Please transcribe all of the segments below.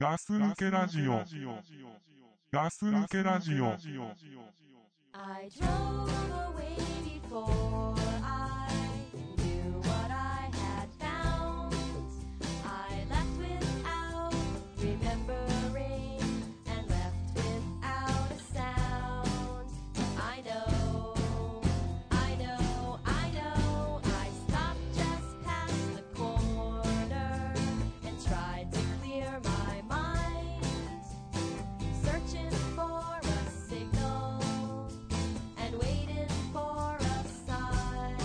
ガス抜けラジオ。ガス抜けラジオ。 I drove away before I knew what I had found. I left without remembering and left without a sound. I know, I know, I know. I stopped just past the corner and tried to clear my mind, searching for a signal and waited for a sign.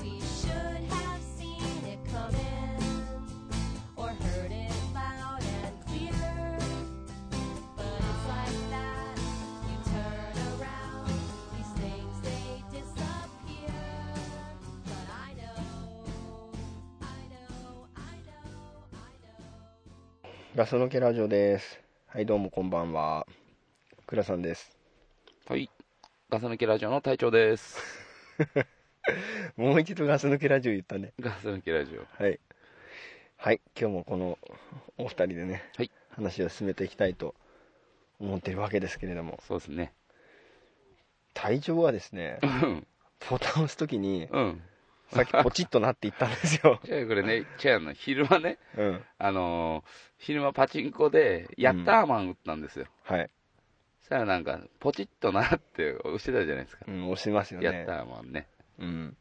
We should have seen it coming or heard it loud and clear. But it's like that. You turn around, these things they disappear. But I know, I know, I know, I know. ガス抜けラジオです。はい、どうもこんばんは。くらさんです。はい。ガス抜けラジオの隊長です。もう一度ガス抜けラジオ言ったね。 ガス抜けラジオ。はい。はい、今日もこのお二人でね、はい話を進めていきたいと思ってるわけですけれども、そうですね。体調はですねう、ん。ボタンを押すときに、うん。さっ きポチッとなっていったんですよ。じゃあこれね、じゃあの昼間ね、うん。あのー昼間パチンコで、ヤッターマン打ったんですよ。はい。そしたらなんか、ポチッとなって押してたじゃないですか。うん、押しますよヤッタね。ーマンね。うん。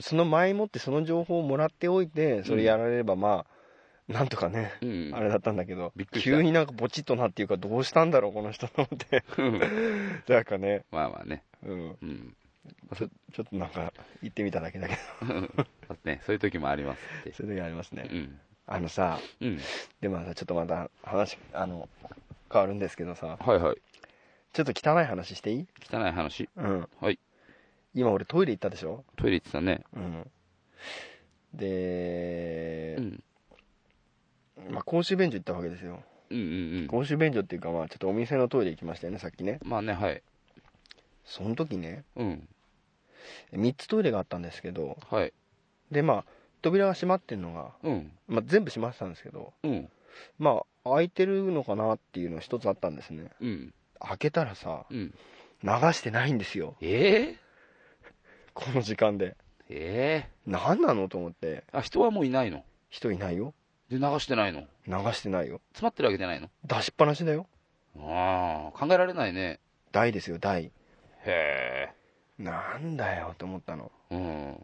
その前もってその情報をもらっておいて、それやられればまあ、なんとかね、うん。あれだったんだけどびっくりした急になんかぼちっとなっていうかどうしたんだろうこの人と思って なんかね、まあまあね。うん、うん。ちょっとなんか言ってみただけだけどだってね、そういう時もありますって。そういう時ありますうねん。あのさうん。でもさちょっとまた話あの変わるんですけどさはいはい。ちょっと汚い話していい汚い話。うんはい。今俺トイレ行ったでしょトイレ行ってたね。うんでう、ん。まあ、公衆便所行ったわけですようんうんうん。公衆便所っていうかまあちょっとお店のトイレ行きましたよねさっきねまあね、はい。その時ねうん。 3つトイレがあったんですけど、はい。でまあ扉が閉まってるのが、うん。まあ、全部閉まってたんですけどうん。まあ開いてるのかなっていうのが一つあったんですねうん。開けたらさうん。流してないんですよええこの時間でええ何なのと思ってあ、人はもういないの人いないよで、流してないの流してないよ詰まってるわけじゃないの出しっぱなしだよああ、考えられないね。台ですよ台へなんだよと思ったのえ。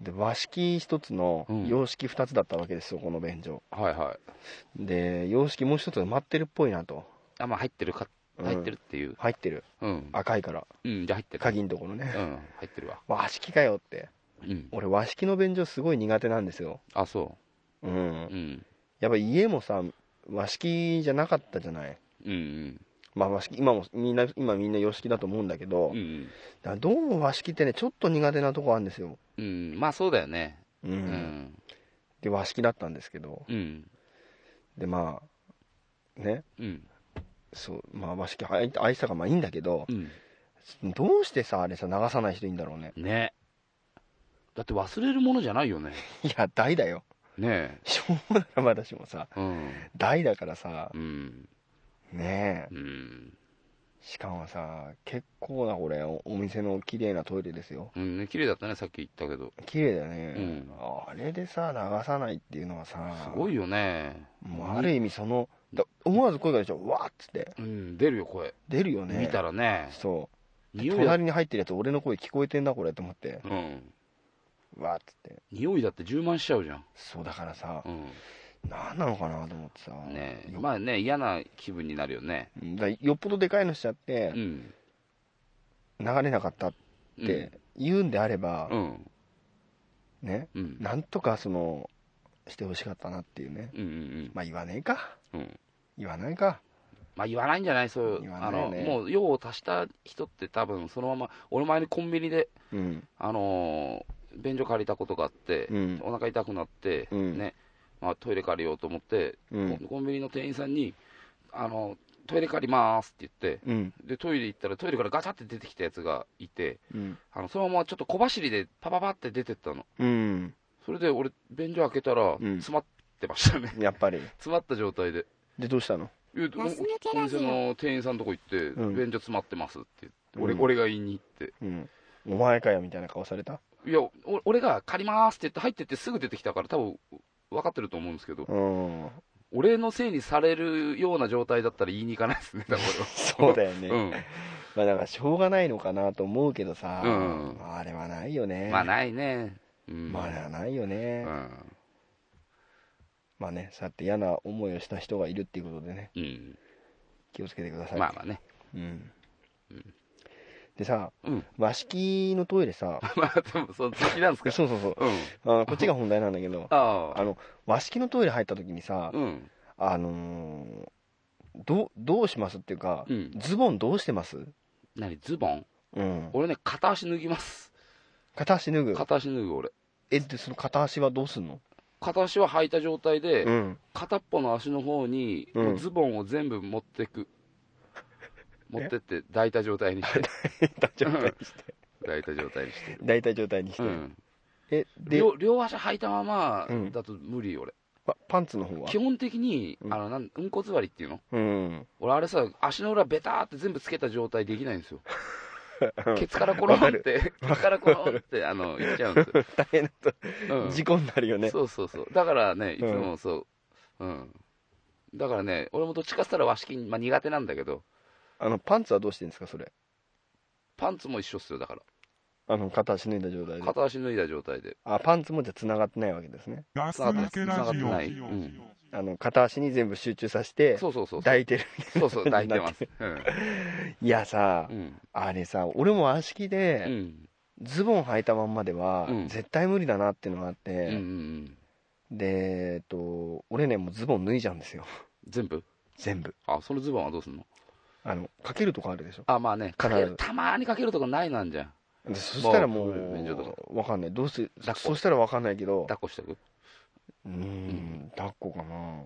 うん。で和式一つのうん洋式二つだったわけですよこの便所はいはい。で洋式もう一つ埋まってるっぽいなと、あ、まあ入ってるうか、ん入ってるっていう。入ってるうん。赤いからうん、じゃあ入ってる。鍵のところねうん、入ってるわ。和式かよってうん。俺和式の便所すごい苦手なんですよあ、そうう。んうん。やっぱ家もさ和式じゃなかったじゃないうんまあ和式今もみんな今みんな洋式だと思うんだけど、うん。うん。だからどうも和式ってねちょっと苦手なとこあるんですよ、うん。まあそうだよね。うんうん。で和式だったんですけどうん。でまあねうん。そうまあ和式あい愛したがまあいいんだけどうん。どうしてさあれさ流さない人いいんだろうねね。だって忘れるものじゃないよね。いや大だよ ねしょうもないまだしもさえ。うん。大だからさうん。ねえうん。しかもさ結構なこれおお店の綺麗なトイレですようんね、綺麗だったね、さっき言ったけど。綺麗だね、うんあれでさ流さないっていうのはさすごいよね。もうある意味そのだ思わず声が出ちゃうわーっつってうん、出るよ、声。出るよね見たらね、そうで匂いだ、隣に入ってるやつ俺の声聞こえてんだこれと思ってうん、わーっつって匂いだって充満しちゃうじゃん。そうだからさうん、何なのかなと思ってさ、ねえよまあね、嫌な気分になるよね。うんだよっぽどでかいのしちゃっうてん。流れなかったっうんて、言うんであればう、ん。ねうん。なんとかそのしてほしかったなっていうねうんうんまあ言わねえかうん。うん。言わないかまあ言わないんじゃないそういう、言わなあいよの、ねもう用を足した人って多分そのまま、俺前にコンビニで、うんあのー便所借りたことがあって、うんお腹痛くなって、うんね、まあトイレ借りようと思って、うんコンビニの店員さんに、あの、トイレ借りまーすって言って、うんでトイレ行ったらトイレからガチャって出てきたやつがいてうんあのそのままちょっと小走りでパパパって出てったのうんそれで俺便所開けたらん詰まってましたね、 やっぱり詰まった状態ででどうしたのいやガス抜けラジオお店の店員さんのとこ行って、うん便所詰まってますって言って、俺うん俺が言いに行って、うんお前かよみたいな顔されたいや、お俺が借りますって言って、入ってってすぐ出てきたから、多分分かってると思うんですけど、 うん俺のせいにされるような状態だったら言いに行かないですね、多分そうだよ ね、俺は。まあだからしょうがないのかなと思うけどさ、うんまああれはないようねん、まあ、ないね。うんまああれはないよね、うんまあねそうやって嫌な思いをした人がいるっていうことでねうん、気をつけてください、まあまあね。うんうんでさうん。和式のトイレさ まあ、でも、その、好きなんですか。そうそうそううん。あこっちが本題なんだけど ああの和式のトイレ入った時にさあ。、うん。あのーどうどうしますっていうか、うんズボンどうしてます、何ズボンうん、俺ね、片足脱ぎます。片足脱ぐ片足脱ぐ俺。えでその片足はどうすんの、片足は履いた状態で、うん、片っぽの足の方に、うんもうズボンを全部持ってく。持ってって、抱いた状態にして。 大体状態にして抱いた状態にして。大体状態にして、うん。えで両両足履いたままうんだと無理、俺。パパンツの方は基本的に、うんあの、なん、うんこ座りっていうのうん俺あれさ、足の裏ベターって全部つけた状態できないんで すよ。ケツからコロわンかっるて、ケツからコロンって、あの、言っちゃうんです よ。大変なと、うん事故になるよねそうそうそう。だからね、いつうんもそう。うん。だからね、俺もどっちかっつったら和式、まあ、苦手なんだけど、あのパンツはどうしてるんですかそれパンツも一緒っすよ、だかあの片足脱いだ状態ら。で片足脱いだ状態で。あパンツもじゃつながってないわけですねガス抜けラジ繋がってオないうんあの片足に全部集中させてそうそうそう。抱いてる そうそう、抱いてます。いやさ うん。うん。あれさ俺も足式うで、ん。ズボン履いたまんまでは、うん絶対無理だなっていうのがあっうんうんて、うん。でえっと俺ねもうズボン脱いじゃうんですよ全部全部あ、そのズボンはどうすんのあのかけるとこあるでしょあ、まあね、かけ必るずたまーにかけるとこないなんじゃん。でそしたらもまあ便所とかうわかんないどうする抱っこそしたらわかんないけど抱っこしとくうーん抱っこかな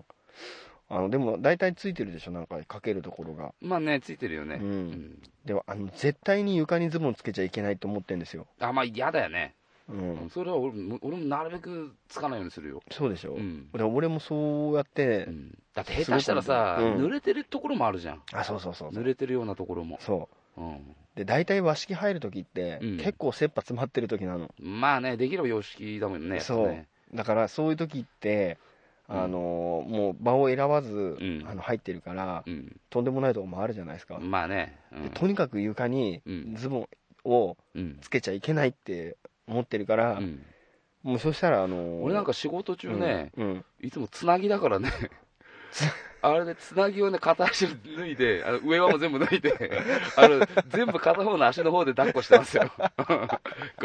あのでも大体ついてるでしょなんかかけるところがまあね、ついてるようね。うんん。でもあの絶対に床にズボンつけちゃいけないと思ってんですよあ、まあ嫌だよね。ううんんそれは俺も、俺もなるべくつかないようにするよ。そうでしょうん。で俺もそうやってうんだって下手したらさ、すごくねうん濡れてるところもあるじゃん。あそうそうそうそ濡うれてるようなところも。そうん。うで大体和式入る時ってうん結構切羽詰まってる時なのまあね、できれば様式だもんね。そうやっぱねだからそういう時ってうんあのもう場を選ばずんあの入ってるからとんでもないとこもあるじゃないですかうん。まあね。うでん。とにかく床にうんズボンをうんつけちゃいけないって思ってるから、うんもうそしたらあのー俺なんか仕事中ね、うんうんいつもつなぎだ からね。あれでつなぎをね、片足脱いで、あの上はもう全部脱いで、あの全部片方の足の方で抱っこしてます よ。こ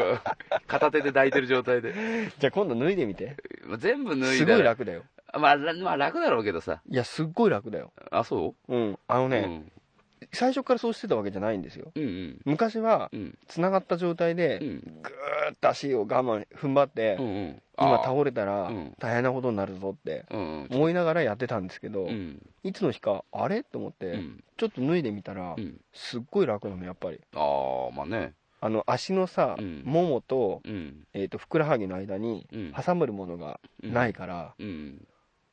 う片手で抱いてる状態で。じゃあ今度脱いでみて全部脱いすごいで、楽だよまあ、らまあ楽だろうけどさ。いやすっごい楽だよあ、そうんあのうね、うん最初からそうしてたわけじゃないんですようんうん。昔はうん。つながった状態でうぐん。ーっと足を我慢踏ん張って、うんうん。今あー倒れたらうん大変なことになるぞってうん思いながらやってたんですけど、うん。うん。いつの日かあれと思って、うん。ちょっと脱いでみたら、うん。すっごい楽なのやっぱりああ、まあね。あの足のさ、うんももと,、うん。えー、とふくらはぎの間にうん。挟むものがないからうん。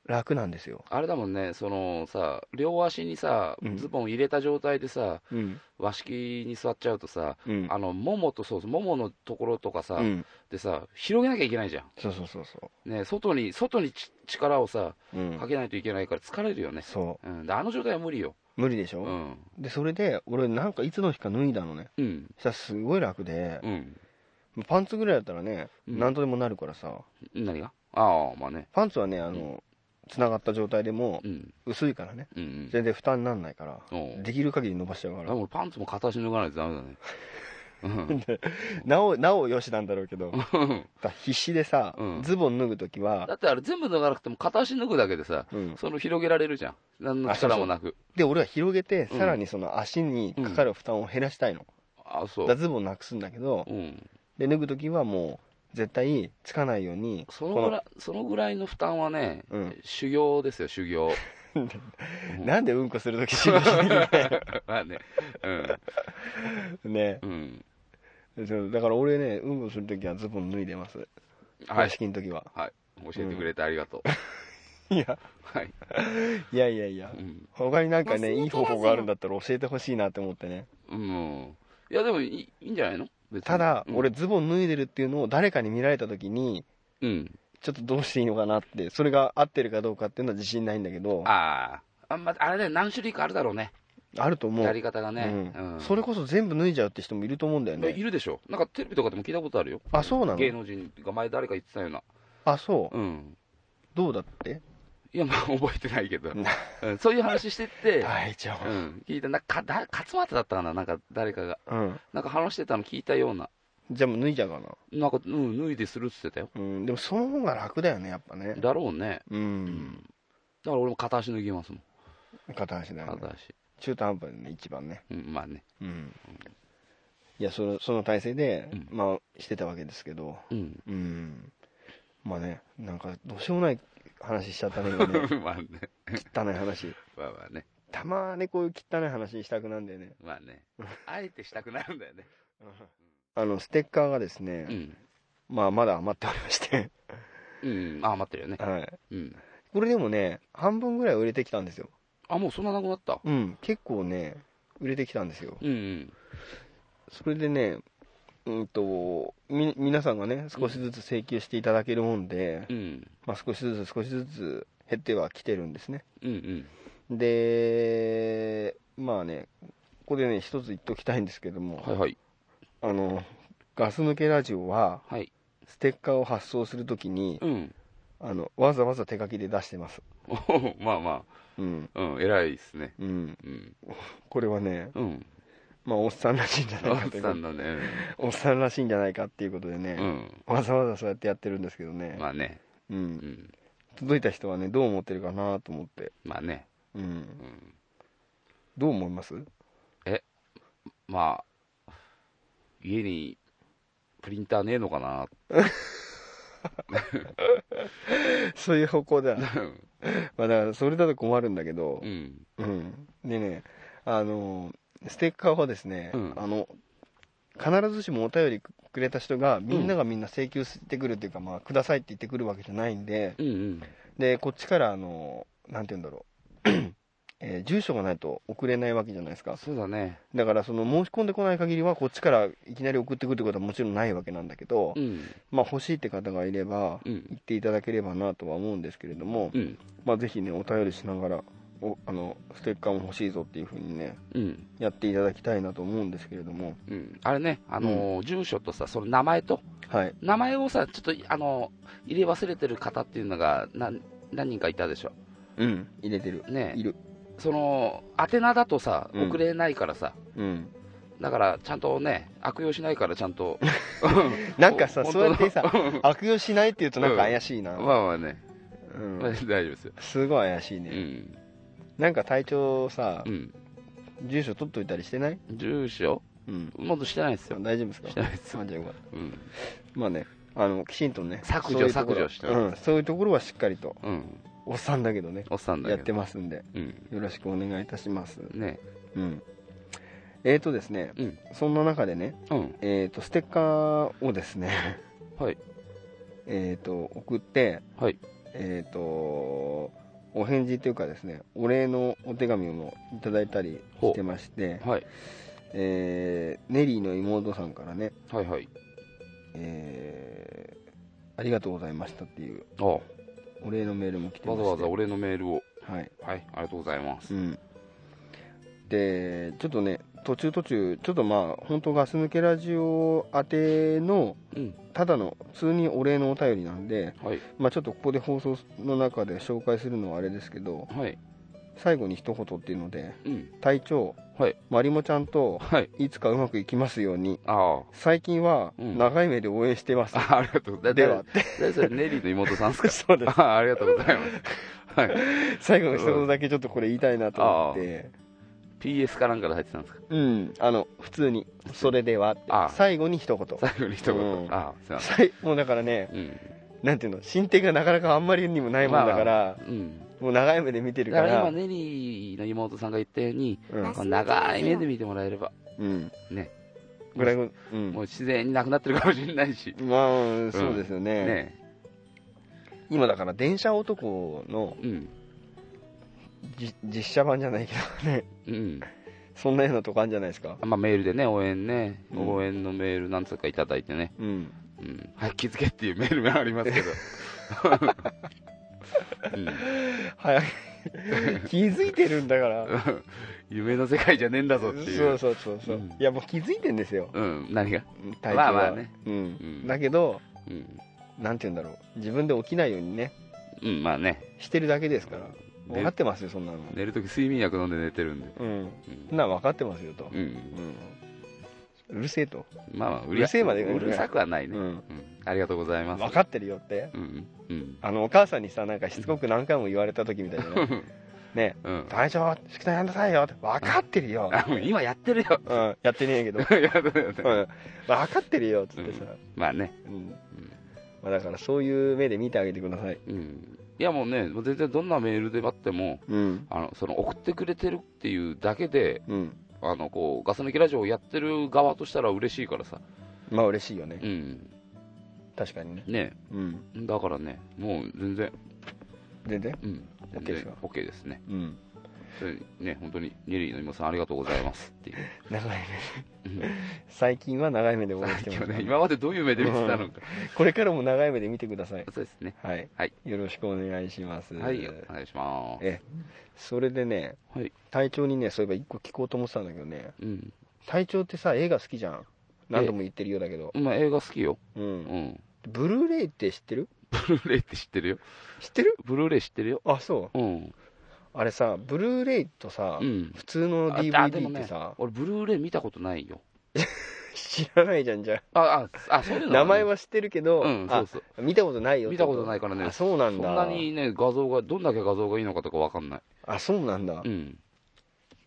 楽なんですよ、あれだもんね、そのさ、両足にさう、んズボン入れた状態でさ、うん和式に座っちゃうとさ、うんあの、ももとそうそう、もものところとかさう、ん、でさ、広げなきゃいけないじゃそうそうそうそん。ね、外に、外にち力をさ、う、うんかけないといけないから疲れるよね。そうん。であの状態は無理よ。う無理でしょ、うん。でそれで俺なんかいつの日か脱いだのねうん。したらすごい楽でう、ん。パンツぐらいだったらねうん何とでもなるからさ何がああ、まあね。パンツはねあの、繋がった状態でもうん。薄いからねうんうん。全然負担にならないからおうできる限り伸ばしちゃうかでらもパンツも片足脱がないとダメだね。 うんなおなおよしなんだろうけどだから必死でさ、うんズボン脱ぐ時だは、ってあれ全部脱がなくても片足脱ぐだけでさ、うんその広げられるじゃん。何の力もなく。で俺は広げてうんさらにその足にかかる負担を減らしたいの、あ、そだうからズボンなくすんだけど、うん。で脱ぐ時はもう絶対つかないようにそのぐらい、そのぐらいの負担はね、うん修行ですよ、修行。このなんでうんこする時しなきゃいけないまあね。うん。の ねうん。そうだから俺ねうんこする時はズボン脱いでますはい公。式の時ははい。教えてくれてありがとう。いやはい、いやいやいやうん他になんか忘れねていらい方法があるんだったら教えてほしいなって思ってねうん、いやでもいいいいんじゃないの別にただ、うん俺ズボン脱いでるっていうのを誰かに見られた時にうんちょっとどうしていいのかなってそれが合ってるかどうかっていうのは自信ないんだけどああああんまあれだよ何種類かあるだろうねると思うやり方がね、うんうんそれこそ全部脱いじゃうって人もいると思うんだよいねるでしょなんかテレビとかでも聞いたことあるよあそうなの芸能人が前誰か言ってたようなあそううんどうだっていやまあ 覚えてないけど、うんそういう話して って、大丈うん、聞いたなんかだ勝俣だったかななんか誰かが夫うんなんか話してたの聞いたようなじゃあもう脱いじゃうかななんか、うん、脱いでするって言ってたようんでもその方が楽だよねやっぱねだろうねううんんだから俺も片足脱ぎますもん片足だよね片足、中途半端でね一番ねうん、まあねうんいやそのその体勢で、うんまあしてたわけですけどうんうんまあねなんかどうしようもない話しちゃったね今 ね まあね汚い話まあまあねたまにこういう汚い話したくなんだよねまあ ねあえてしたくなるんだよねあのステッカーがですね、うんまあまだ余っておりましてうんああ待ってるよねはいうんこれでもね半分ぐらいは売れてきたんですよあもうそんななくなったうん結構ね売れてきたんですようんうんそれでねうんとみ皆さんがね少しずつ請求していただけるもんで、うんまあ、少しずつ少しずつ減ってはきてるんですねうんうんでまあねここでね一つ言っておきたいんですけども、はいはいあのガス抜けラジオははいステッカーを発送するときにうんあのわざわざ手書きで出してますおお まあまうんあうん偉いですねうんうんこれはねうんまあおっさんらしいんじゃないおかっというさんだねおっさんらしいんじゃないかっていうことでうね、んわざわざそうやってやってるんですけどね、まあねう、うんん届いた人はねどう思ってるかなと思って、まあねうんんどう思います まあ家にプリンターねえのかな そういう方向だまあだからそれだと困るんだけどう、んうん、でねあのステッカーはですね、うんあの必ずしもお便りくれた人がみんながみんな請求してくるっていうか、まあ、くださいって言ってくるわけじゃないんでうんうんでこっちからあのなんて言うんだろう、 えー住所がないと送れないわけじゃないですかそうだねだからその申し込んでこない限りはこっちからいきなり送ってくるってことはもちろんないわけなんだけど、うんまあ欲しいって方がいればう言んっていただければなとは思うんですけれども、うんまあぜひねお便りしながらおあのステッカーも欲しいぞっていう風にねうんやっていただきたいなと思うんですけれどもうん、あれね、あのー住所とさ、その名前と、はい名前をさ、ちょっと、あのー入れ忘れてる方っていうのが何何人かいたでしょ、うん入れてるねいるその宛名だとさ、うん送れないからさ、うんだからちゃんとね、悪用しないから、ちゃんと、なんかさ本当そうだやってさ悪用しないっていうとなんか怪しいまな、あまあね、うん大丈夫ですよ、すごい怪しいうね、ん、なんか体調さうん、住所取っといたりしてない、住所、うん、もっとしてないですよ、大丈夫ですかしてないですあじゃあよかったうん、まあね、あのきちんとね、削除そういうところ削除してうん、そういうところはしっかりと、うん、おっさんだけどね、おっさんだやけっど、てますんで、うん、よろしくお願いいたします。ね、うん、えーとですね、うんそんな中でね、うん、えー、とステッカーをですね、はい、えーと送って、はい、えー、とお返事というかですね、お礼のお手紙もいただいたりしてまして、はい、えーネリーの妹さんからね、はい、はい、えーありがとうございましたっていうあわお礼のメールも来てましてざわざお礼のメールを、はいはい、ありがとうございますう。ん、でちょっとね途中途中ちょっとまあ本当ガス抜けラジオ宛てのうん、ただの普通にお礼のお便りなんで、はい、まあ、ちょっとここで放送の中で紹介するのはあれですけどはい、最後に一言っていうのでうん、 「隊長、はいまりもちゃんとはい、いつかうまくいきますようにあ最近はうん長い目で応援してます」あ、 あありがとうございます。ではだ それネリーの妹さんですか そうですあありがとうございます。はい。最後の一言だけちょっとこれ言いたいなと思って。 PS かなんかで入ってたんですかうん、あの普通に「それでは」ってああ最後に一言最後に一言。うんあすいません。最もうだからねうん。なんていうの進展がなかなかあんまりにもないもんだから、うん。もう長い目で見てるだかからら今、ネリーの妹さんが言ったように、うんこう長い目で見てもらえれば、うんねぐらいのうんもう自然になくなってるかもしれないし。まあそうですよねね今だから電車男のうん。じ実写版じゃないけどね、 うん。そんなようなとこあるんじゃないですか。まあ、メールでね、応援ね、うん応援のメールなんつうかいただいてね、うん。うん。はい、気づけっていうメールもありますけど。 うん、 早く気づいてるんだから。夢の世界じゃねえんだぞっていう。そうそうそうそう、うんいやもう気づいてんですようん、何が体調は、まあまあねうんうんだけどうん。なんて言うんだろう自分で起きないようにねうん、まあね。してるだけですから寝分かってますよそんなの、寝るとき睡眠薬飲んで寝てるんで。うんうんそんなの分かってますよと、うん。うんうるせえと、まあまあ、ううるせえまでうるさくはないね。ううんん、ありがとうございます。分かってるよってうん。うん。あのお母さんにさなんかしつこく何回も言われた時みたいじゃないねうん。大丈夫宿題やんなさいよって分かってるよ、あ、もう 今やってるよ。うん、 やってねえけど、うん、やってるよね分かってるよっつってさ、まあね。うんまあ、だからそういう目で見てあげてくださいうん。いやもうね、もう全然どんなメールであっても、うんあのその送ってくれてるっていうだけで、うんあのこうガス抜きラジオをやってる側としたら嬉しいからさ、まあ嬉しいよね、うん、確かにねねうんだからね、もう全然、全然うん、 OK 全です然か OK ですね、うんそれね本当にニリーの今さん、ありがとうございますっていう、長いうん 目最近は長い目で応援してます今からね今までどういう目で見てたのか、これからも長い目で見てくださいそうですね、はい、はいよろしくお願いしますはい、お願いします。えそれでねはい隊長にねそういえば一個聞こうと思ってたんだけどねうん隊長ってさ映画好きじゃん何度も言ってるようだけど、まあ、映画好きよ、う、うんん、 ブルーレイって知ってるブルーレイって知ってるよ、知ってるブルーレイ知ってるよ、あそううん、あれさブルーレイとさ、うん、普通のああで DVD もっねてさ、俺、ブルーレイ見たことないよ、知らないじゃんじゃあああそういうあの名はね前は知ってるけど、うん、そうあそう。見たことないよ見たことないからねあそうなそんんだなにね、画像が、どんだけ画像がいいのかとかわかんない。あそうなんだ、うん。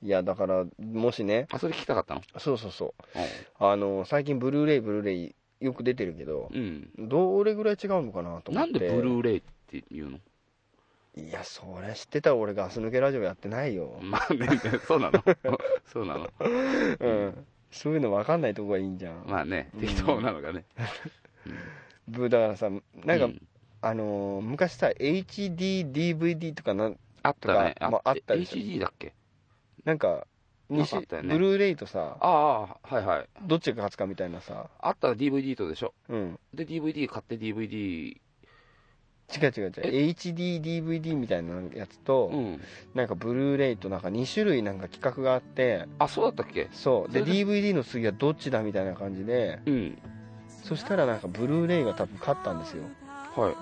いやだからもしねあ、それ聞きたかったのそうそうそうあの最近ブルーレイブルーレイよく出てるけどうん。どれぐらい違うのかなと思ってなんでブルーレイって言うのいやそれ知ってたら俺ガス抜けラジオやってないよ、まあね、 そうなの。そうなの。うんそういうの分かんないとこがいいんじゃん、まあね、適当なのがね。ぶだからさなんか、うあのー昔さ HDDVD とかなんあったね。とかまああったでしょ HD だっけなんかなんかあ西ったよねブルーレイとさああ、はいはい。どっちが勝つかみたいなさ、あったら DVD とでしょ。うん、で、DVD 買って DVD。違う違う違う HDDVD みたいなやつと、うん。なんかブルーレイとなんか2種類なんか企画があってあ、そうだったっけそうでそれで DVD の次はどっちだみたいな感じでうん。そしたらなんかブルーレイが多分勝ったんですよは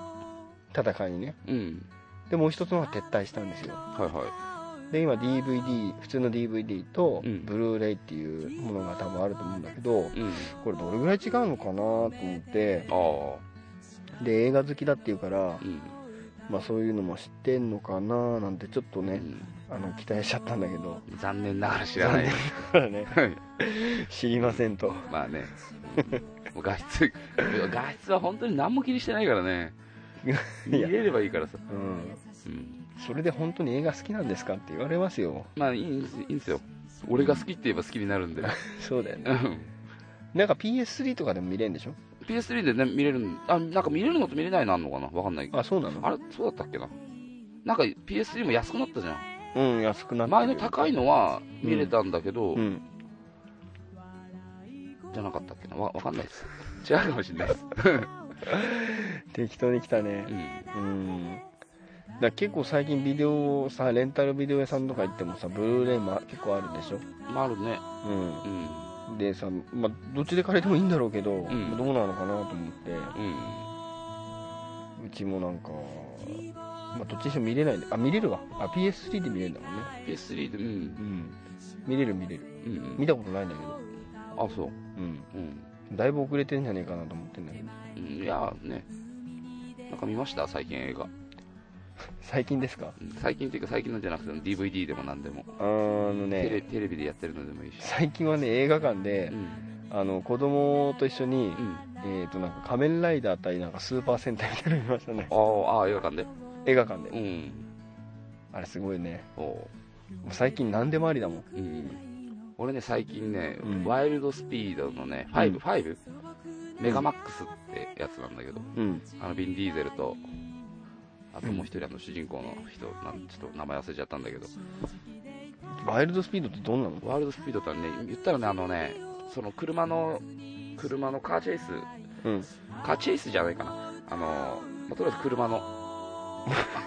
戦いにねい。うん。でもう一つのは撤退したんですよはいはで今 DVD 普通の DVD とうんブルーレイっていうものが多分あると思うんだけどい。うん。これどれぐらい違うのかなと思ってあで映画好きだっていうからあ。、うん。まあ、そういうのも知ってんのかななんてちょっとうねんあの期待しちゃったんだけど残念ながら知らない。ただ ねはい知りませんと まあね、もう画質、 画質は本当に何も気にしてないからね、 い見やれればいいからさ、うんうん、それで本当に映画好きなんですかって言われますよまあいいんですいいんですよ、俺が好きって言えば好きになるんで、そうだよねうんなんか PS3 とかでも見れるんでしょ PS3 でね、見れるん、あ、なんか見れるのと見れないのあんのかな、わかんないけど、あそうなのあれ、そうだったっけな、なんか PS3 も安くなったじゃうん安くなっん、て前の高いのは見れたんだけど、うんじゃなかったっけな、わわかんないです、違うかもしれないです、適当に来たねうん、うんだから結構最近ビデオをさレンタルビデオ屋さんとか行ってもさブルーレイも結構あるでしょまああるね、ううん、んでさまあどっちで借りてもいいんだろうけど、んどうなのかなと思ってうん、うちもなんか、まあ、どっちにしても見れないんであ見れるわあ PS3 で見れるんだもんね PS3 で、う、うんん見れる見れるうん、う見ん、たことないんだけどあ、そう、うんうん。だいぶ遅れてんじゃねえかなと思ってんだけどうんいやーね、なんか見ました、最近映画。最近ですかうん最近っていうか、最近のじゃなくて、DVD でも何でも、あのテレ、ねテレビでやってるのでもいいし。最近はね映画館うでん、あの子供と一緒に、うん、えー、となんか仮面ライダー対なんかスーパー戦隊みたいなの見ま したねあーあー、映画館で。映画館で、うん、あれすごいねおうもう最近何でもありだもんうん。俺ね、最近ね、うんワイルドスピードのね、5、うんファイブメガマックスってやつなんだけど、うんあの、ビン・ディーゼルと、あともう一人あの主人公の人なんちょっと名前忘れちゃったんだけどワイルドスピードってどんなのワールドスピードってのはね言ったらねあのねその車の車のカーチェイスうんカーチェイスじゃないかなあの、まあとりあえず 車の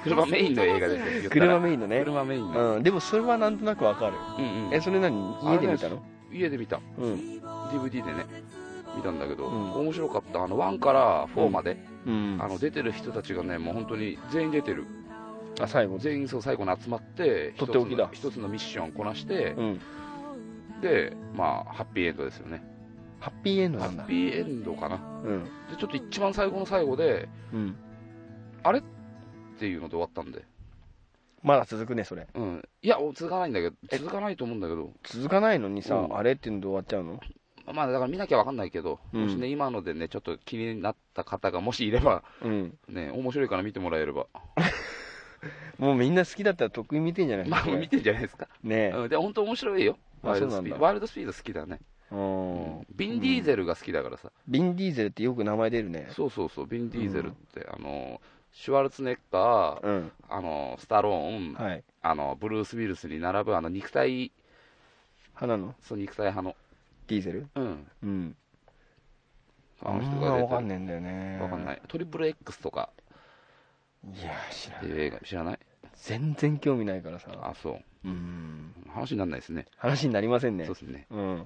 車メインの映画ですよ言ったら車メインのね車メインの、うんでもそれはなんとなくわかるうんうんえそれ何家で見たの家で見たうん DVD でね見たんだけど、うん面白かったあの1から4まで、うんあの出てる人たちがねもう本当に全員出てるあ最後全員そう最後に集まってとっておきだ一つの一つのミッションこなしてう、んでまあハッピーエンドですよねハッピーエンドハなんッだピーエンドかなうんでちょっと一番最後の最後でうんっていうので終わったんでまだ続くねそれうんいや続かないんだけど続かないと思うんだけど続かないのにさ、うんあれっていうので終わっちゃうのまあだから見なきゃわかんないけど、うんもしね今のでねちょっと気になった方がもしいればうんね面白いから見てもらえればもうみんな好きだったらとっくに見てんじゃないまあ見てんじゃないですかねえうん、で本当面白いよあワイルドスピーそうなんドだワイルドスピード好きだね、ううんん、ビン・ディーゼルが好きだからさ、ビン・ディーゼルってよく名前出るねそうそうそうビン・ディーゼルって、あのシュワルツェネッガーうんあのスタローン、はいあのブルース・ウィルスに並ぶあの肉体花のそう肉体派のディーゼルうんうんあの人んがま出てわかんねえんだよねわかんないいトリプル X とかいや知らっなていいう映画知らない全然興味ないからさあそううん話にならないですね話になりませんねそうですねうんうん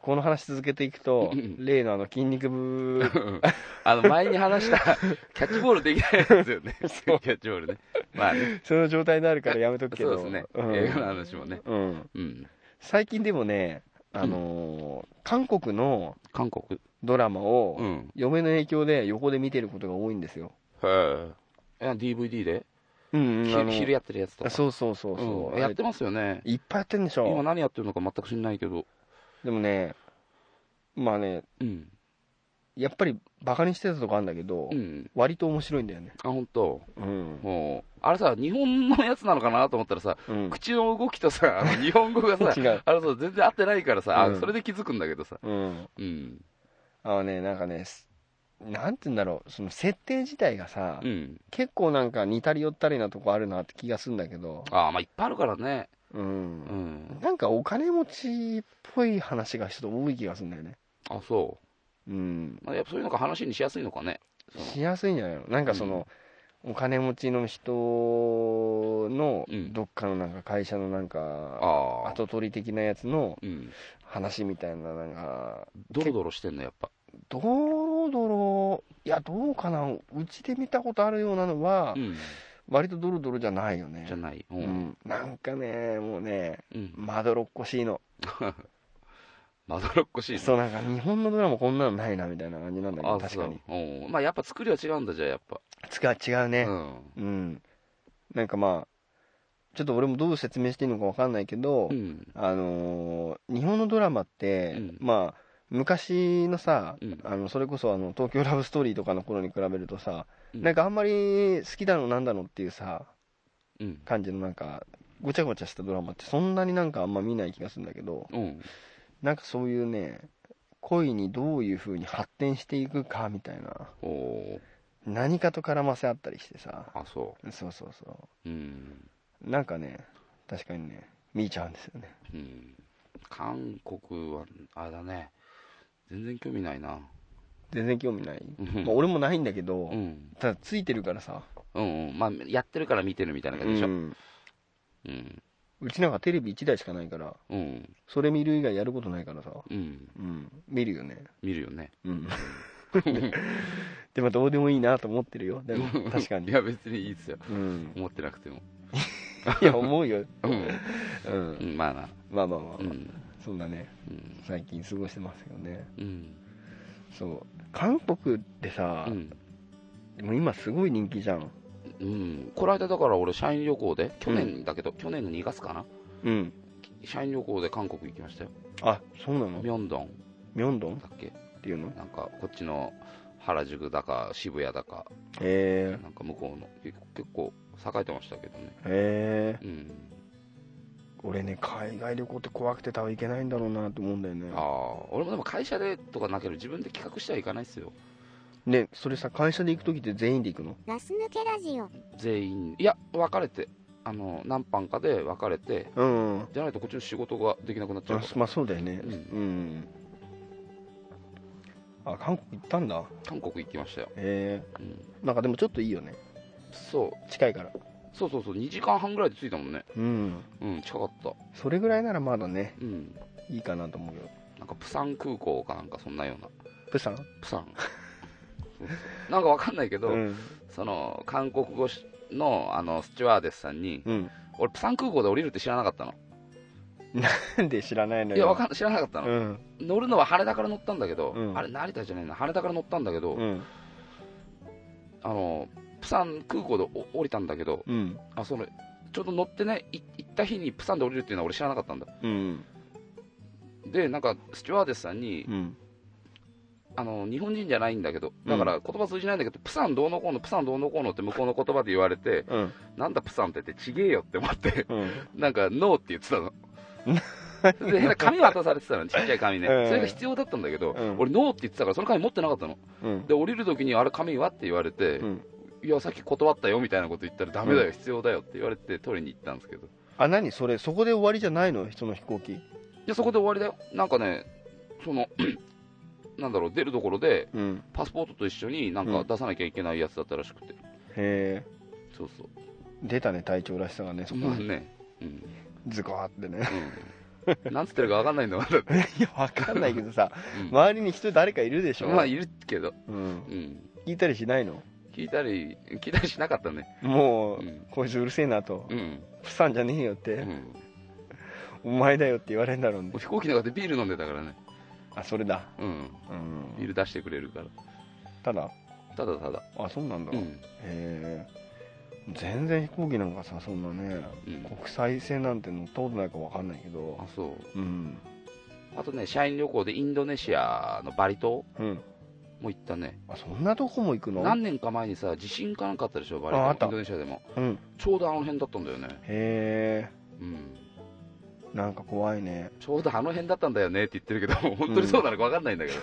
この話続けていくとうん例のあの筋肉部 あの前に話したキャッチボールできないですよねキャッチボールねまあねその状態になるからやめとくけそうどですね、うん映画の話もねうんうん最近でもねあのー韓国の韓国ドラマをうん嫁の影響で横で見てることが多いんですよへえ DVD で、うんうんあ昼の昼やってるやつとかそうそうそうそううんやってあますよねれいっぱいやってるんでし今ょ何やってるのか全く知んないけどでもねまあねうんやっぱりバカにしてたとこあるんだけどうん割と面白いんだよねあ本当。うんもうあれさ日本のやつなのかなと思ったらさうん口の動きと さあの日本語がさ違うあれさ全然合ってないからさ、あうんそれで気づくんだけどさうんうんあのねなんかねすなんて言うんだろうその設定自体がさうん結構なんか似たり寄ったりなとこあるなって気がするんだけどああまあいっぱいあるからねううんんなんかお金持ちっぽい話がちょっと多い気がするんだよねあそうんう、まあ、やっぱそういうのが話にしやすいのかねしやすいんじゃないのなんかその、お金持ちの人のうんどっかのなんか会社のなんかああ後取り的なやつのうん話みたいななんかドロドロしてんのやっぱドロドロいやどうかなうちで見たことあるようなのはうん割とドロドロじゃないよねじゃないうん、ううんん、なんかねもうねまどろっこしいのまどろっこしいねそうなんか日本のドラマこんなのないなみたいな感じなんだけどあ確かにそううんまあやっぱ作りは違うんだじゃあやっぱ、つか違うねうんうん、なんかまあちょっと俺もどう説明していいのかわかんないけど、うんあのー日本のドラマって、うんまあ昔のさ、うんあのそれこそあの東京ラブストーリーとかの頃に比べるとさ、うんなんかあんまり好きだのなんだのっていうさうん感じのなんかごちゃごちゃしたドラマってそんなになんかあんま見ない気がするんだけどうんなんかそういうね恋にどういう風に発展していくかみたいなおお何かと絡ませ合ったりしてさあそそうそうそうううん、なんかね、確かにね、見ちゃうんですよね。うん、韓国はあれだね全然興味ないな全然興味ない。うんまあ、俺もないんだけど、うんただついてるからさ、うんうんまあやってるから見てるみたいなう感じでしょんうんうちなんかテレビ1台しかないから、うんそれ見る以外やることないからさ、うんうん、見るよね。見るよねうん。 でもどうでもいいなと思ってるよ。でも確か いに。や別にいいですようん、思ってなくてもいや、思うよ。うん、う。うんん、まあなまあまあまあ、うまあんそんなね、うん最近過ごしてますよね。うんそう。韓国ってさ、うんでも今すごい人気じゃん。うん、この間だから俺社員旅行で去年だけど、去年の2月かなうん。社員旅行で韓国行きましたよあ、そうなのミョンドンミョンドンだっけっていうのなんかこっちの原宿だか渋谷だかえなんか向こうの結構結構栄えてましたけどねー、えうんー、俺ね海外旅行って怖くて多分行けないんだろうなと思うんだよねああ俺もでも会社でとかなければ自分で企画してはいかないですよねそれさ会社で行く時って全員で行くのガス抜けラジオ全員いや別れてあの何班かで別れてうんあじゃないとこっちの仕事ができなくなっちゃうからまあそうだよねうんうんあ韓国行ったんだ韓国行きましたよ、えうんえなんかでもちょっといいよねそう近いからそうそうそう2時間半ぐらいで着いたもんねうんうん近かったそれぐらいならまだねうんいいかなと思うよなんかプサン空港かなんかそんなようなプサンプサン そうそうなんかわかんないけど、うんその韓国語しのあのスチュワーデスさんに、うん俺プサン空港で降りるって知らなかったのなん で知らないのよいやわかん知らなかったの、うん乗るのは羽田から乗ったんだけど、うんあれ成田じゃねえな羽田から乗ったんだけど、うんあのプサン空港でお降りたんだけどうんあそのちょうど乗ってねい行った日にプサンで降りるっていうのは俺知らなかったんだうんでなんかスチュワーデスさんに、うんあの日本人じゃないんだけどだから言葉通じないんだけど、プサンどうのこうのプサンどうのこうのって向こうの言葉で言われてうんなんだプサンってってちげえよって思って うんなんか、ノーって言ってた の。で、紙渡されてたの、ちっちゃい紙ね。うんそれが必要だったんだけど、うん俺、ノーって言ってたから、その紙持ってなかったの。うんで、降りるときに、あれ、紙はって言われて、うんいや、さっき断ったよみたいなこと言ったら、ダメうだよ、必要だよって言われて、取りに行ったんですけど。あ何それそこで終わりじゃないの人の飛行機で、そこで終わりだよ。なんかね、その、 なんだろう、出るところで、うんパスポートと一緒になんうかん出さなきゃいけないやつだったらしくへて。えそうそう。出たね隊長らしさが ねそそこんなにね。うん。ズコーってね うん。なんつってるかわかんないんだもんだって。いやわかんないけどさうん周りに人誰かいるでしょまあ、いるけど。うんうん。聞いたりしないの聞いたり、聞いたりしなかったね。もう、うんこいつうるせえなとうん。 「プサンじゃねえよ」っうてん「お前だよ」って言われるんだろうね飛行機の中でビール飲んでたからね。あそれだうん。うビーんル出してくれるから。ただただただ。あそうなんだ、うへん。え全然飛行機なんかさそんなねうん。国際線なんて乗ったことないかわかんないけどあ、そう。うんあとね、社員旅行でインドネシアのバリ島うんも行ったね。あそんなとこも行くの何年か前にさ、地震かなんかあったでしょ、バリああ島っ。たインドネシアでも。うんちょうどあの辺だったんだよね。へえうん。なんか怖いねちょうどあの辺だったんだよねって言ってる けど、本当にそうなのかわかんないんだけど。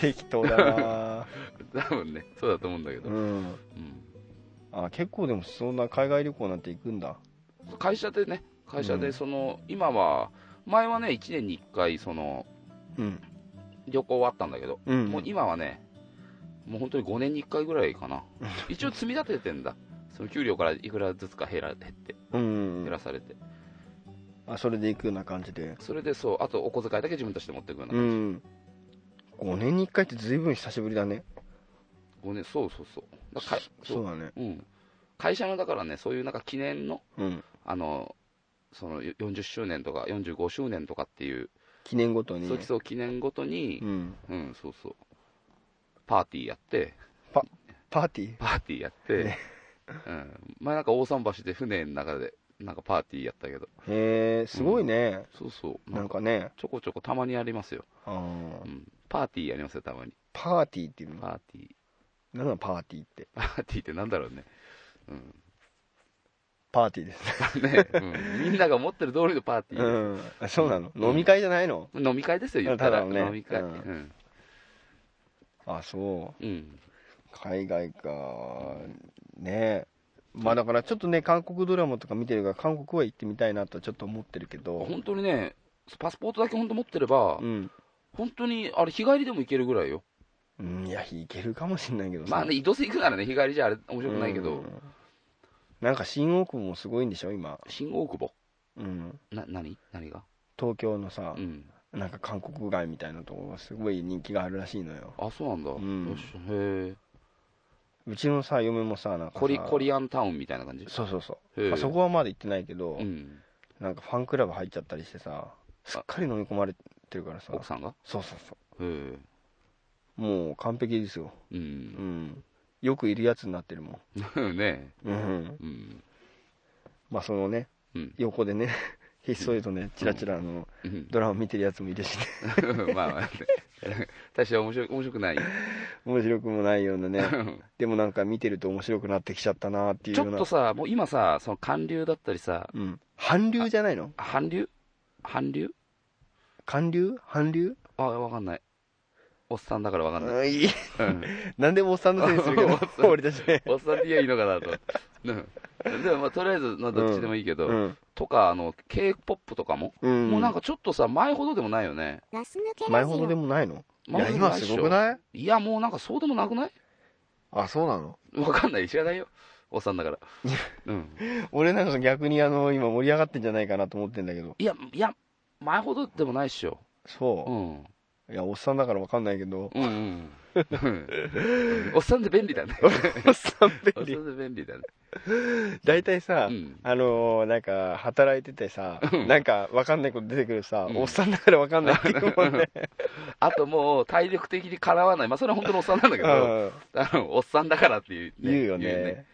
適当だ な多分ね、そうだと思うんだけど。ううんあ結構でもそんな海外旅行なんて行くんだん会社でね、会社うでんその、今は、前はね、1年に1回、その、うん旅行はあったんだけど、うんもう今はね、もう本当に5年に1回ぐらい かな、一応積み立ててんだ、その給料からいくらずつか減ら減ってうん減らされて、あそれで行くような感じでそれでそう、あとお小遣いだけ自分たちで持っていくようなう感じ、ん5年に1回ってずいぶん久しぶりだね5年、そうそうそう、だからかいそうだねうん、会社のだからね、そういうなんか記念のうんあのその40周年とか45周年とかっていう、記念ごとにそうそう記念ごとに、うんうん、そうそう、パーティーやって、パーティーパーティーやって、ねうん、前なんか大桟橋で船の中でなんかパーティーやったけどへえすごいね、そうそうななんんかかねちょこちょこたまにありますよ、あーうん、パーティーやりますよたまにパーティーっていうのパーティー何なのパーティーってパーティーってなんだろうねうんパーティーですねね、うん、みんなが思ってる通りのパーティうー、んあそうなの、うん飲み会じゃないの飲み会ですよ言ったたらだのね飲み会ううんん、あそううん、海外かねまあだからちょっとね韓国ドラマとか見てるから韓国は行ってみたいなとはちょっと思ってるけど本当にねパスポートだけ本当持ってれば、うん、本当にあれ日帰りでも行けるぐらいようん、いや行けるかもしれないけどさまあね移動性行くならね日帰りじゃあれ面白くないけど、うんなんか新大久保もすごいんでしょ今、新大久保うん、な何何が東京のさう、んなんか韓国街みたいなとこがすごい人気があるらしいのよあそうなんだ、んよしへえうちのさ嫁もさなんかさコリコリアンタウンみたいな感じそうそうそへう、えまあそこはまだ行ってないけど、うん、なんかファンクラブ入っちゃったりしてさすっかり飲み込まれてるからさ奥さんがそうそうそへえうもう完璧ですよう、うんんよくいるやつになってるも ねん、うん、え、うん、まあそのね、うん横でね ひっそりとねチラチラあのうんドラマ見てるやつもいるしね まあまあね、大して面白い面白くない、面白くもないようなねでもなんか見てると面白くなってきちゃったなっていうちよょうっなとさ、もう今さ、その韓流だったりさ、うん、韓流じゃないの韓流韓流韓流韓流あ、わかんない、おっさんだからわかんない。うんいいうんなんでもおっさんのせいにするけお っどさん俺たちねおっさんって言えばいいのかなと。うんでも、まあ、とりあえず、まあ、どっちでもいいけど、うんとか、あの、K-POP とかも、うんもうなんかちょっとさ、前ほどでもないよね。ラス抜け前ラジほオどでもないのい前やほど今でもすごなくいっしないょいや、もうなんかそうでもなくないあ、そうなのわかんない。知らないよ。おっさん だから。うん。俺なんか逆にあの今盛り上がってんじゃないかなと思ってんだけどいや、いや、前ほどでもないっしょ。うそん。ういやおっさんだからわかんないけ どうんうんうん。おっさんで便利だね。おっさんお便っさ利んで便利だね。大体さうん。あのーなんか働いててさなんかわかんないこと出てくるさうんおっさんだからわかんないっていう もんねあともう、体力的にかなわない。まあ、それは本当のおっさんなんだけうど、んあの、 おっさんだからっていう、言うよね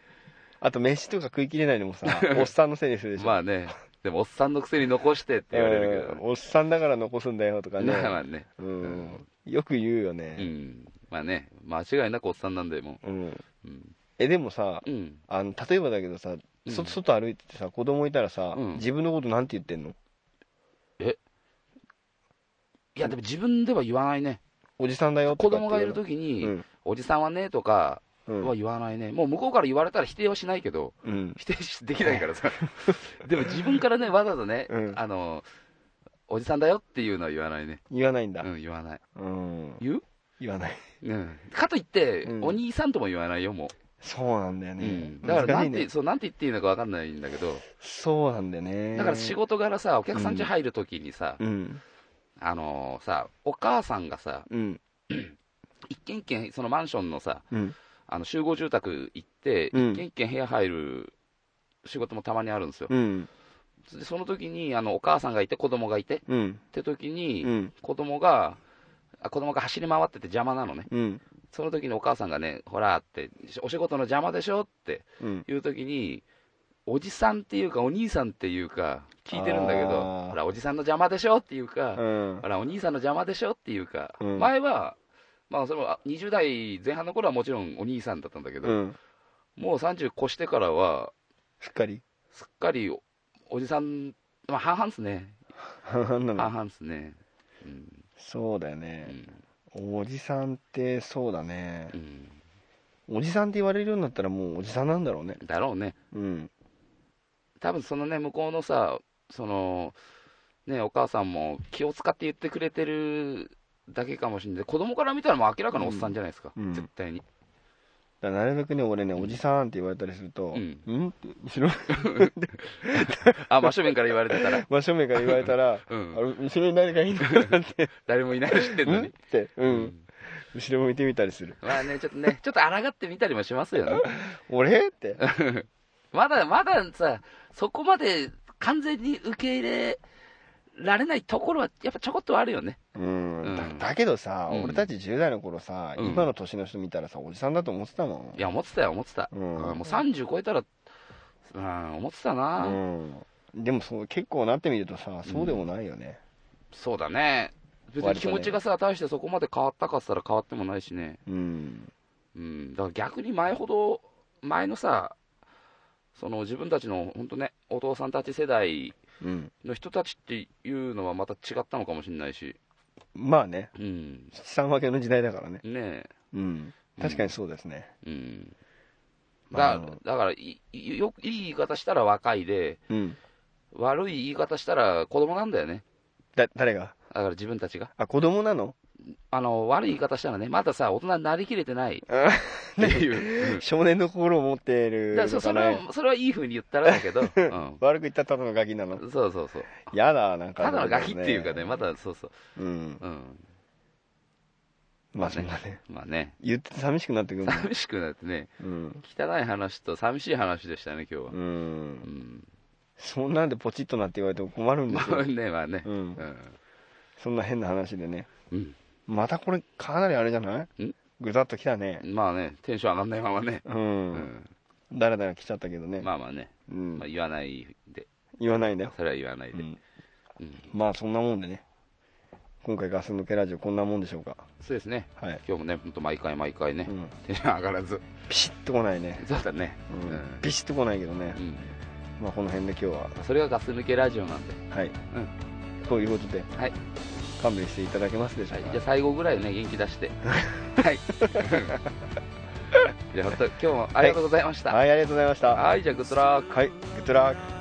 あと飯とか食いきれないの もさおっさんのせいにするでしょまあね、でもおっさんのくせに残してって言われるけどうん、おっさんだから残すんだよとかねね、まあね、うんよく言うようねん、まあね、間違いなくおっさんなんだよ、もうんう。うん。えでもさうん、あの例えばだけどさうんそ外歩いててさ子供いたらさうん自分のことなんて言ってんのいや、でも自分では言わないね。おじさんだよ子とかって供がいる言ときに、うんおじさんはね、とかうのは言わないね。もう向こうから言われたら否定はしない けど、うんうん否定しできない からさ。でも自分からね、わざわざね、うんあの、おじさんだよっていうのは言わないね。言わないんだうん、言わない。うん言う言わないうん。かといって、うんお兄さんとも言わないよ、もう。そうなんだようねんだから難なしいんて、ねそうなんて言っていいのかわかんないんだけど、そうなんだよねだから仕事柄さ、お客さん家入るときにさ、うんあのーさ、お母さんがさ、うん一軒一軒、そのマンションのさ、うんあの集合住宅行って、うん一軒一軒部屋入る仕事もたまにあるんですよ。うんでその時にあのお母さんがいて、子供がいてっうんて時に、うん子供が、あ子供が走り回ってて邪魔なのね。うんその時にお母さんがね、ほらって、お仕事の邪魔でしょってうんいう時に、おじさんっていうか、お兄さんっていうか、聞いてるんだけど、あーほら、おじさんの邪魔でしょっていうか、うんあら、お兄さんの邪魔でしょっていうか、うん前は、まあ、それもあ20代前半の頃はもちろんお兄さんだったんだけど、うんもう30越してからは、しっか りすっかりおおじさん、まあ、半々っすね、なんだろう半々っすね。うんそうだようねんおじさんってそうだねうんおじさんって言われるようになったらもうおじさんなんだろうねだろうね、うん多分そのね、向こうのさ、そのね、お母さんも気を使って言ってくれてるだけかもしれない、子供から見たらもう明らかなおっさんじゃないですか、うんうん絶対に。だからなるべくね俺ねおじさんって言われたりすると「ううんん?」って後ろあ、真正面から言われてたら、真正面から言われたら「うあんれ後ろに誰か いんのかな?」って誰もいないの知「ってんのん?」っに。てううんん後ろ向いてみたりするまあね、ちょっとね、ちょっと抗ってみたりもしますよね。 「俺?」ってまだ、まださ、そこまで完全に受け入れられないところは、やっぱちょこっとはあるよね。うんうんだだけどさうん俺たち10代の頃さうん今の年の人見たらさおじさんだと思ってたもんいや、思ってたよ、思ってた。ううんんもう30超えたら、うん、思ってたな、うんでもそう結構なってみるとさそうでもないよねそうだね。別に割気とね持ちがさ、大してそこまで変わったかっつったら変わってもないしね。うんうん、だから逆に前ほど、前のさ、その自分たちの、本当ね、お父さんたち世代うんの人たちっていうのはまた違ったのかもしれないし。まあねうん。七三分けの時代だからねねえ。うん確かにそうですねうんまあだあのだからいいよ、いい言い方したら若いで、うん悪い言い方したら子供なんだよね、だ誰がだから自分たちが。あ子供なのあの悪い言い方したらね、まださ、大人になりきれてないっていう、少年の心を持っていうんるだからそのそかれなはそれはいいふうに言ったら だけど、うん悪く言ったらただのガキなのそうそうそう、やだなんかただのガキっていうかね、まだそうそう、うんうん、まあそんなねまあね、言って寂しくなってくるも ん寂しくなってね、うん汚い話と寂しい話でしたね、今日はう。うんん、そんなんでポチッとなって言われても困るんでますあよね、まあね、ううんん、そんな変な話でねうん、またこれかなりあれじゃないんぐざっときたねまあね、テンション上がんないままね、ううんん、だらだら来ちゃったけどねまあまあね。うんまあ、言わないで、言わないんだよそれは言わないうで、んうんまあそんなもんでね今回ガス抜けラジオこんなもんでしょうかそうですね、はい今日もね、本当、毎回毎回ね、うんテンション上がらず、ピシッとこないねそうだね、うんうんビシッとこないけどねうんまあこの辺で今日はそれがガス抜けラジオなんで、はい、うこういうことで、はい勘弁していただけますでしょはういか、じゃあ最後ぐらいね元気出して はいじゃあ本当今日もありがとうございましたはい、ありがとうございました。はいじゃあグッドラックはい、グッドラック。